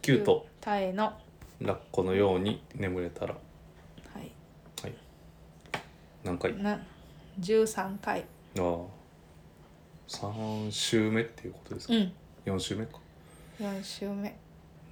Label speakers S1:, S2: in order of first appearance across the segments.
S1: キュート
S2: タエの、は
S1: ラッコのように眠れたら
S2: い、
S1: 何回あ
S2: な13回
S1: あ3週目っていうことですか、
S2: うん
S1: 四4週目か
S2: 4週目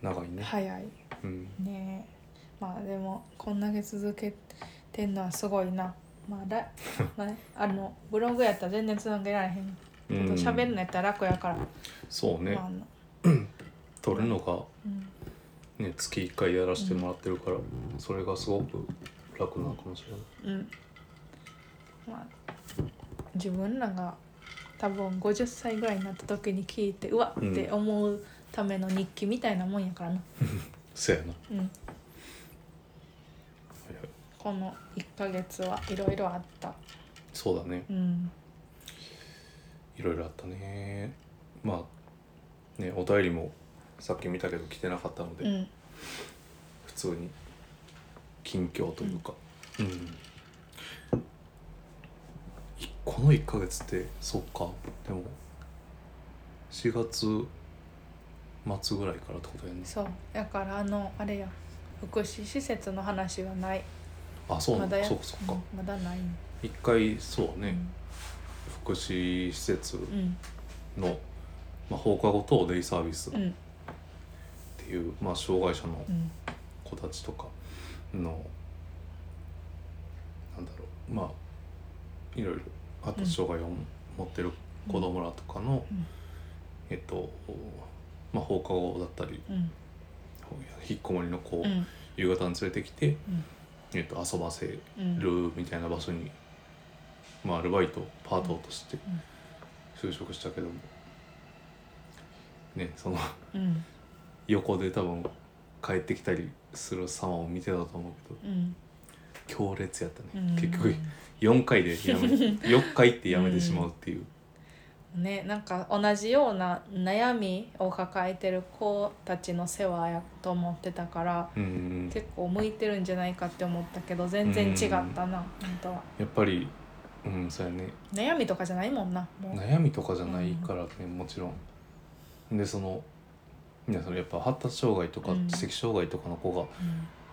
S1: 長いね、
S2: 早い
S1: うん
S2: ねえまあでもこんだけ続けてんのはすごいなま あだ、まあ、あのブログやったら全然つなげられへん
S1: う
S2: け
S1: ん
S2: ど喋るのやったら楽やから、
S1: そうね、
S2: まああの
S1: 撮るのが
S2: うん、
S1: ね月1回やらせてもらってるから、それがすごく楽なのかもしれない
S2: うんまあ自分らが多分50歳ぐらいになった時に聞いてうわ
S1: うん
S2: って思うための日記みたいなもんやからな、
S1: せやな、は
S2: うん、
S1: いはい、
S2: この1ヶ月はいろいろあった、
S1: そうだね
S2: うん、
S1: いろいろあったねまあねお便りもさっき見たけど来てなかったので、
S2: うん
S1: 普通に近況というかうん、いこの1ヶ月ってそっかでも4月末ぐらいからってことやね
S2: そうだからあのあれや福祉施設の話はない
S1: あそうな
S2: ま
S1: ん
S2: だ
S1: だ
S2: や
S1: そうかそうか、
S2: うんまだない
S1: 一回そうね、福祉施設
S2: うん
S1: の、まあ、放課後等デイサービスっ
S2: うん
S1: ていう、まあ、障害者の
S2: うん
S1: 子たちとかのなんだろうまあいろいろあと障害を持ってる子供らとかの、
S2: うん
S1: えっと、まあ、放課後だったり
S2: うん
S1: 引っこもりの子を
S2: うん
S1: 夕方に連れてきて、
S2: うん
S1: えっと、遊ばせ
S2: うん
S1: るみたいな場所に、まあ、アルバイトパートとして
S2: ん
S1: 就職したけども、ねその
S2: うん
S1: 横で多分帰ってきたりする様を見てたと思う
S2: うん
S1: けど強烈やった
S2: う
S1: ね
S2: ん
S1: 結局4回でやめ 4回ってやめてしまうっていう、
S2: ねなんか同じような悩みを抱えてる子たちの世話やと思ってたから
S1: うんうん
S2: 結構向いてるんじゃないかって思ったけど全然違ったな本当は
S1: やっぱりうんそうやね
S2: 悩みとかじゃないもんなもう
S1: 悩みとかじゃないからね、もちろん。でそのいやそのやっぱ発達障害とか
S2: うん
S1: 知的障害とかの子が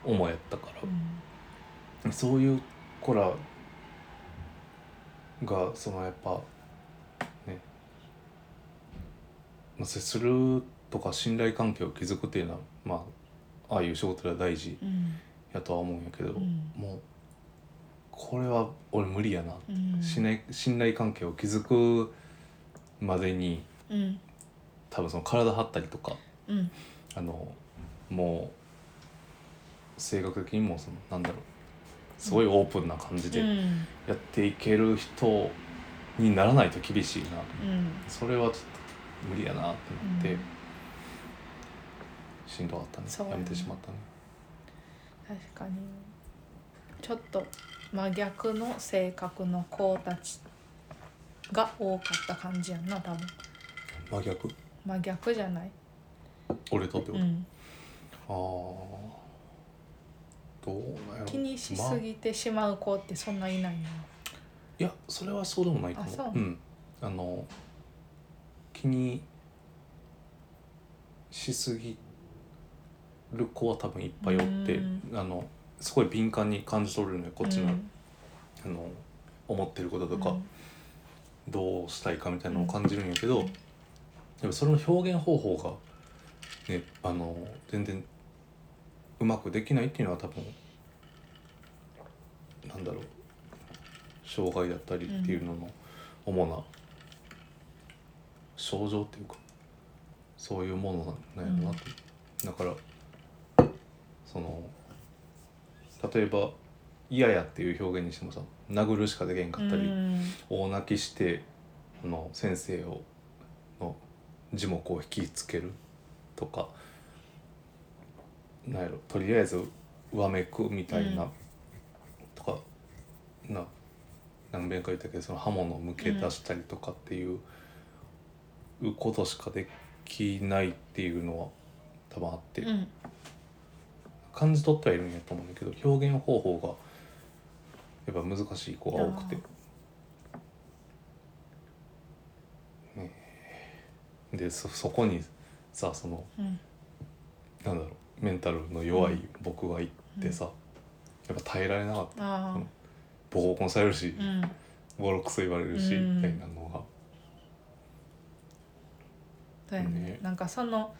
S2: うん
S1: 主やったから、
S2: うん
S1: そういう子らがそのやっぱねまあ接するとか信頼関係を築くっていうのはまあああいう仕事では大事
S2: うん
S1: やとは思うんやけど、
S2: うん
S1: もうこれは俺無理やな、
S2: うん
S1: 信頼信頼関係を築くまでに
S2: うん
S1: 多分その体張ったりとか
S2: うん
S1: あのもう性格的にもそのなんだろうすごいオープンな感じで
S2: うん
S1: やっていける人にならないと厳しいな
S2: うん
S1: それはちょっと無理やなってなって、
S2: うん
S1: しんどかったね
S2: そうや
S1: や
S2: ね
S1: めてしまったね
S2: 確かにちょっと真逆の性格の子たちが多かった感じやんな多分
S1: 真逆
S2: 真逆じゃない、
S1: 俺とってこ
S2: うん、
S1: と、ああどうなんやろ
S2: 気にしす
S1: まあ
S2: ぎてしまう子ってそんないないな、
S1: いやそれはそうでもないかも
S2: あそう
S1: うんあの気にしすぎる子は多分いっぱいおって
S2: うん
S1: あのすごい敏感に感じ取れるのよこっちの,、あの思ってること
S2: う
S1: と
S2: ん
S1: か、どうしたいかみたいなのを感じるんやけど、
S2: うん
S1: でもそれの表現方法がねあの全然うまくできないっていうのは多分なんだろう障害だったりっていうのの主な症状っていうかそういうものなんやろなと、だからその例えば「嫌や」っていう表現にしてもさ殴るしかできへんかったり。
S2: うん
S1: 大泣きしてあの先生をの樹木を引きつけるとかなんやろとりあえずわめくみたいな、
S2: うん
S1: とかな何遍か言ったけどその刃物を向け出したりとかっていうことしかできないっていうのは多分あって、
S2: うん
S1: 感じ取ってはいるんやと思うんだけど表現方法がやっぱ難しい子が多くて
S2: あ。
S1: ねえでそそこにさその
S2: うん
S1: なんだろうメンタルの弱い僕が行ってさ、やっぱ耐えられなかった
S2: あ
S1: ボコボコにされるし、
S2: あうん
S1: ボロクソ言われるし、
S2: うん
S1: みたいなのが
S2: そうやね
S1: ね
S2: なんかその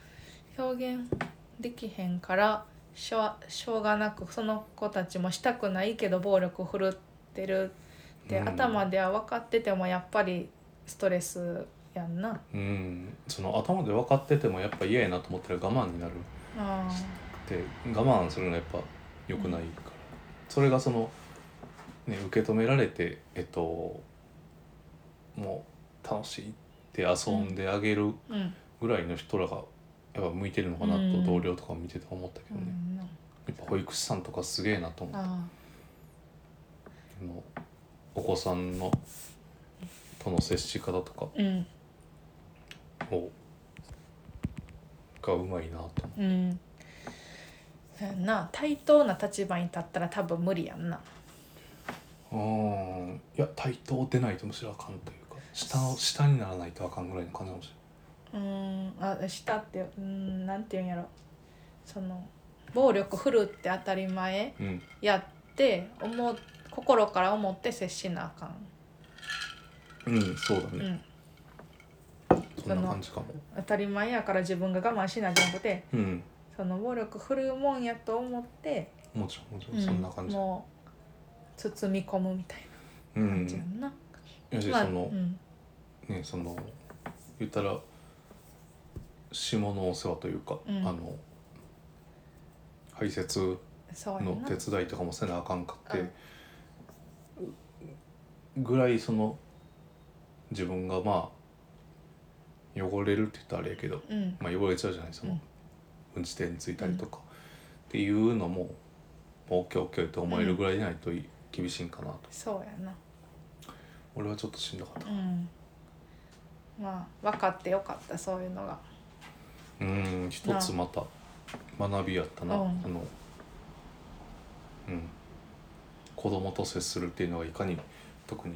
S2: 表現できへんからしょうしょうがなくその子たちもしたくないけど暴力振るってるって、
S1: うん
S2: 頭では分かっててもやっぱりストレスやんな
S1: うんその頭で分かっててもやっぱ嫌やなと思ったら我慢になる
S2: あ
S1: って我慢するのはやっぱ良くないから、それがその、ね、受け止められてえっともう楽しいって遊んであげる
S2: ーうん、
S1: ぐらいの人らがやっぱ向いてるのかな
S2: う
S1: と
S2: ん
S1: 同僚とか見てて思ったけ
S2: う
S1: どね、
S2: ん、
S1: やっぱ保育士さんとかすげえなと思った
S2: あ
S1: あのお子さんのとの接し方とか
S2: ーうん
S1: をがうまいなと思う
S2: うんそうやんな対等な立場に立ったら多分無理やんな
S1: うんいや対等でないとむしろあかんというか下を下にならないとあかんぐらいの感じかもし
S2: うーんあしたってうーんなんていうんやろその暴力振るって当たり前
S1: れない、
S2: やって思う心から思って接しなあかん、
S1: うん、うん、そうだ
S2: う
S1: ね、
S2: ん、
S1: そんな感じかも
S2: 当たり前やから自分が我慢しなきゃなくて
S1: うん
S2: その暴力振るうもんやと思って、
S1: もちろんもちろ
S2: うん
S1: そんな感じ
S2: もう包み込むみたい
S1: うん、
S2: な感じやんな、
S1: やし
S2: まあ
S1: その
S2: う、ん
S1: ねその言ったら下のお世話というか、
S2: うん
S1: あの排泄
S2: そうやな
S1: の手伝いとかもせなあかんかって、
S2: うん
S1: ぐらいその自分がまあ汚れるって言ったらあれやけど
S2: うん
S1: まあ、汚れちゃうじゃないその、
S2: うん
S1: うんち点ついたりとか、っていうのももうオッケーオッケーって思えるぐらいじゃないとい厳しいんかなと、
S2: そうやな
S1: 俺はちょっとしんどかっ
S2: うんまあ分かってよかったそういうのが
S1: たうん一つまた学びやったな、
S2: うん
S1: あのうん子供と接するっていうのがいかに特に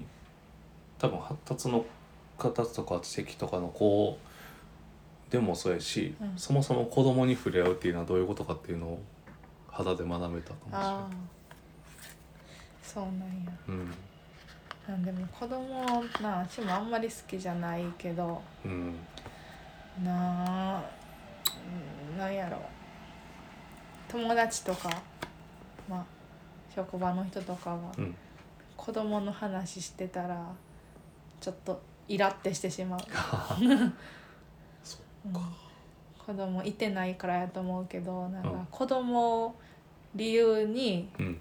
S1: 多分発達の形とか知的とかの子でもそうやし、
S2: うん
S1: そもそも子供に触れ合うっていうのはどういうことかっていうのを肌で学べたかもしれない
S2: ああ。そうなんや
S1: うん
S2: なんでも子供な私もあんまり好きじゃないけど
S1: うん
S2: なあうんなんやろ友達とかまあ職場の人とかが
S1: うん
S2: 子供の話してたらちょっとイラってしてしまう、
S1: そ
S2: うん子供いてないからやと思うけどなん
S1: うん
S2: か子供を理由に
S1: ううん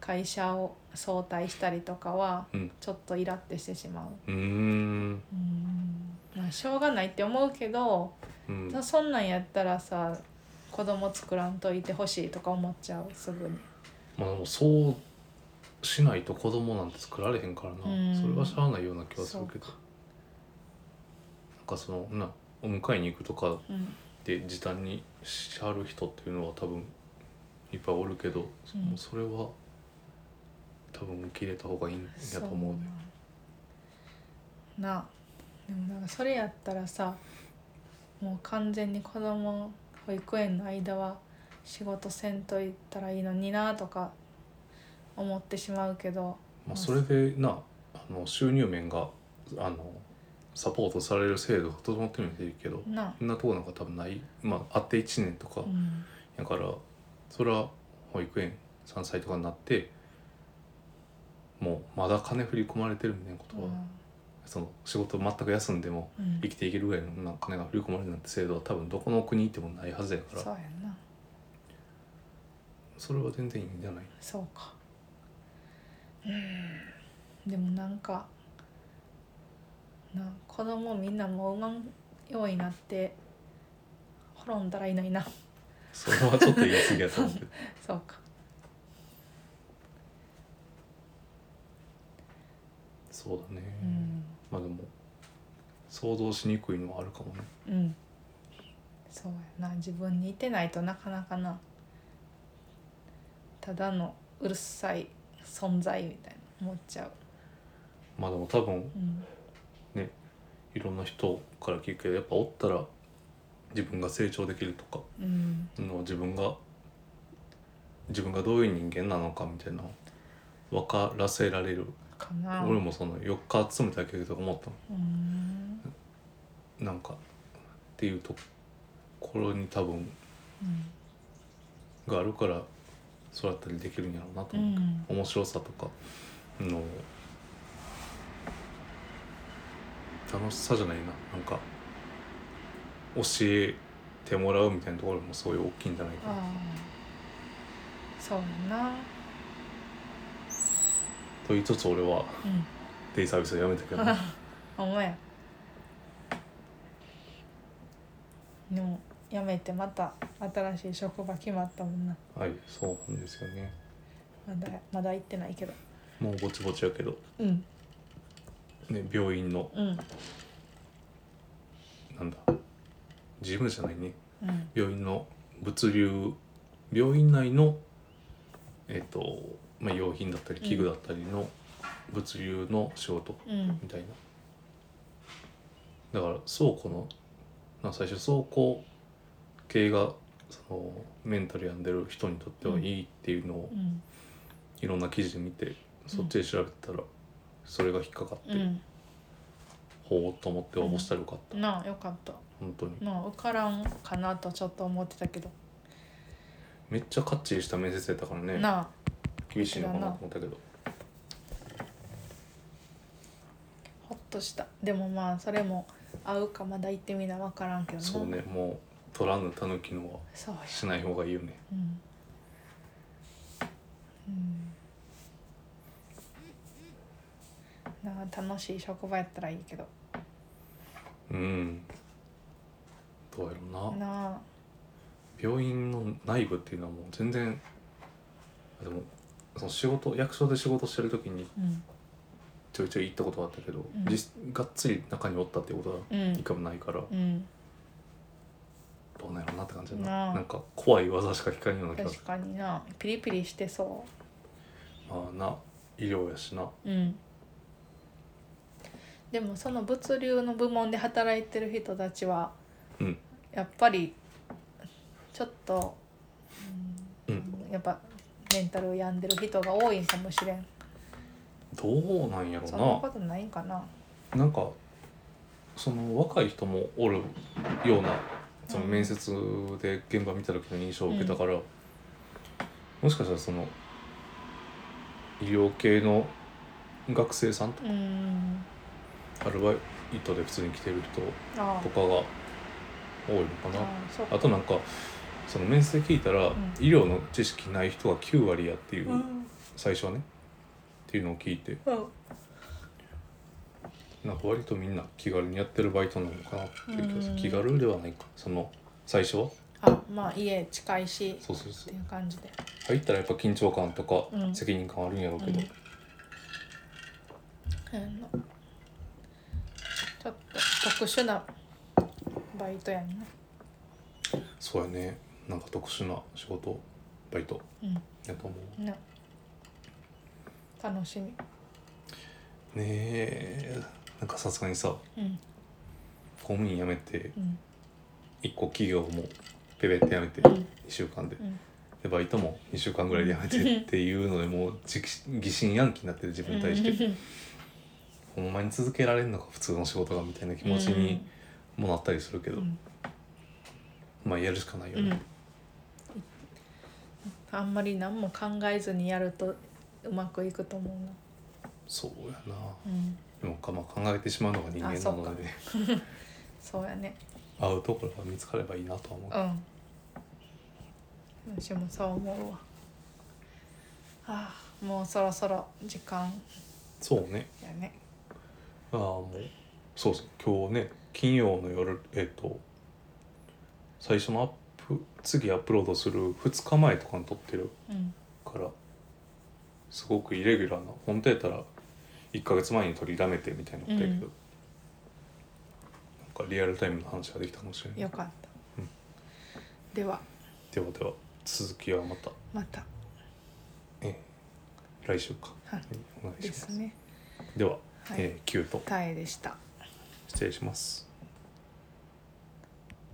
S2: 会社を早退したりとかは
S1: うん
S2: ちょっとイラってしてしまう、
S1: うーん
S2: うんまあ、しょうがないって思うけど、
S1: うん
S2: そそんなんやったらさ子供作らんといてほしいとか思っちゃうすぐに
S1: まあでもそうしないと子供なんて作られへんから
S2: うん
S1: なそれはしゃあないような気はする
S2: そ
S1: け
S2: う
S1: どなんかそのなお迎えに行くとか
S2: うん
S1: で時短にしはる人っていうのは多分いっぱいおるけど、
S2: うん
S1: もうそれは多分受け入れた方がいいんやと思うね
S2: そうななあでもなんかそれやったらさもう完全に子供保育園の間は仕事せんといったらいいのになとか思ってしまうけど
S1: まあ、それでなあの収入面があのサポートされる制度が整ってるんでいいけど、
S2: な
S1: そんなとこなんか多分ないまああって1年とか
S2: あ、うん、
S1: だからそれは保育園3歳とかになってもうまだ金振り込まれてるみたいなことは、その仕事全く休んでも
S2: うん
S1: 生きていけるぐらいのな金が振り込まれるなんて制度は多分どこの国に行ってもないはずやから
S2: そうやんな
S1: それは全然いいんじゃない
S2: そうかうんでもなんかな子供みんなもう産まんようになって滅んだらいいのにな
S1: それはちょっと言い過ぎやと思うけど
S2: そうか
S1: そうだね、
S2: うん
S1: まあでも想像しにくいのはあるかもね
S2: うんそうやな自分にいてないとなかなかなただのうるさい存在みたいな思っちゃう
S1: まあでも多分
S2: うん
S1: いろんな人から聞くけどやっぱおったら自分が成長できるとか
S2: うん
S1: の自分が自分がどういう人間なのかみたいな分からせられる、
S2: かな
S1: 俺もその4日集めたけど思ったの
S2: うん
S1: なんかっていうところに多分
S2: うん
S1: があるからそうやったりできるんやろうなと
S2: う
S1: 思う、
S2: ん
S1: 面白さとかの楽しさじゃないななんか教えてもらうみたいなところもすごい大きいんじゃないかな
S2: ああそうやな
S1: と言いつつ俺は
S2: うん
S1: デイサービスをやめたけどね、
S2: ほんまやでもやめてまた新しい職場決まったもんな
S1: はいそうなんですよね
S2: まだまだ行ってないけど
S1: もうぼちぼちやけど、
S2: うん
S1: ね、病院の
S2: うん
S1: なんだ事務じゃないね
S2: うん
S1: 病院の物流病院内のえっ、と、まあ、用品だったり器具だったりの物流の仕事
S2: うん
S1: みたいなだから倉庫のな最初倉庫系がそのメンタル病んでる人にとってはいいっていうのを
S2: うん
S1: いろんな記事で見てそっちで調べてたらそれが引っかかって、
S2: う
S1: ほうと思って応募したらよかった、
S2: んなあよかった
S1: 本当に
S2: なあ受からんかなとちょっと思ってたけど、
S1: めっちゃかっちりした面接やったからね
S2: なあ
S1: 厳しいのかなと思ったけど
S2: ほっとしたでもまあそれも合うかまだ行ってみな分からんけどな
S1: そうねもう取らぬたぬきのは
S2: そうや
S1: しない方がいいよね
S2: うんうんなあ楽しい職場やったらいいけど
S1: うんどうやろうな
S2: なあ
S1: 病院の内部っていうのはもう全然でもその仕事役所で仕事してる時に
S2: うん
S1: ちょいちょい行ったことはあったけど、
S2: うん
S1: 実がっつり中におったっていうことは
S2: う
S1: 一
S2: ん
S1: 回もないから、
S2: うん
S1: どうなんやろうなって感じだな
S2: なあ
S1: なんか怖い技しか聞かんような気がす
S2: 確
S1: る
S2: かになピリピリしてそ
S1: まあな医療やしな
S2: ううんでもその物流の部門で働いてる人たちは、
S1: うん
S2: やっぱりちょっと、
S1: う
S2: うん
S1: ん
S2: やっぱメンタルを病んでる人が多いんかもしれん
S1: どうなんやろ
S2: そんな
S1: う
S2: ことないんかな
S1: ななんかその若い人もおるようなその
S2: うん
S1: 面接で現場見た時の印象を受けたから、もしかしたらその医療系の学生さんと
S2: うん
S1: アルバイトで普通に来てる人
S2: あ
S1: とかが多いのか
S2: あ
S1: な
S2: あそう
S1: あとなんかその面接で聞いたら、
S2: ん
S1: 医療の知識ない人が9割やっていう、
S2: うん
S1: 最初はねっていうのを聞いて
S2: うん
S1: なんか割とみんな気軽にやってるバイトなのかなっていう気がする
S2: うん
S1: 気軽ではないかその最初は
S2: あまあ家近いし
S1: そうそうそ
S2: っ
S1: う
S2: ていう感じで
S1: 入ったらやっぱ緊張感とか
S2: うん
S1: 責任感あるんやろうけど、
S2: うんあのちょっと特殊なバイトやんな
S1: そうやねなんか特殊な仕事バイト
S2: う
S1: やと思
S2: んな楽しみ
S1: うねえなんかさすがにさ
S2: うん
S1: 公務員辞めて
S2: うん
S1: 一個企業もペペって辞めて
S2: う
S1: 2
S2: ん
S1: 週間で
S2: うん
S1: でバイトも2週間ぐらいで辞めてっていうのでもうじ疑心暗鬼になってる自分に対して、
S2: うん
S1: ほんまに続けられるのか普通の仕事がみたいな気持ちにもなったりするけ
S2: う
S1: ど、
S2: ん
S1: まあやるしかないよ
S2: う
S1: ね、
S2: んあんまり何も考えずにやるとうまくいくと思うな
S1: そうやな
S2: うん
S1: でもかまあ考えてしまうのが人間
S2: あそ
S1: な
S2: うか
S1: のでね
S2: そうやね
S1: 合うところが見つかればいいなとは思う
S2: うん私もそう思うわああもうそろそろ時間
S1: そうね
S2: やね
S1: ああもうそうそう今日ね金曜の夜えっ、と最初のアップ次アップロードする2日前とかに撮ってる
S2: うん
S1: からすごくイレギュラーな本当やったら1ヶ月前に取りだめてみたいなことやけど、
S2: うん
S1: なんかリアルタイムの話ができたかもしれない
S2: よかった、
S1: うん
S2: では
S1: ではでは続きはまた、
S2: また
S1: えー来週か
S2: はい
S1: お願いし
S2: で
S1: ます
S2: すね
S1: では、
S2: はい
S1: えー、キュート
S2: タエでした
S1: 失礼します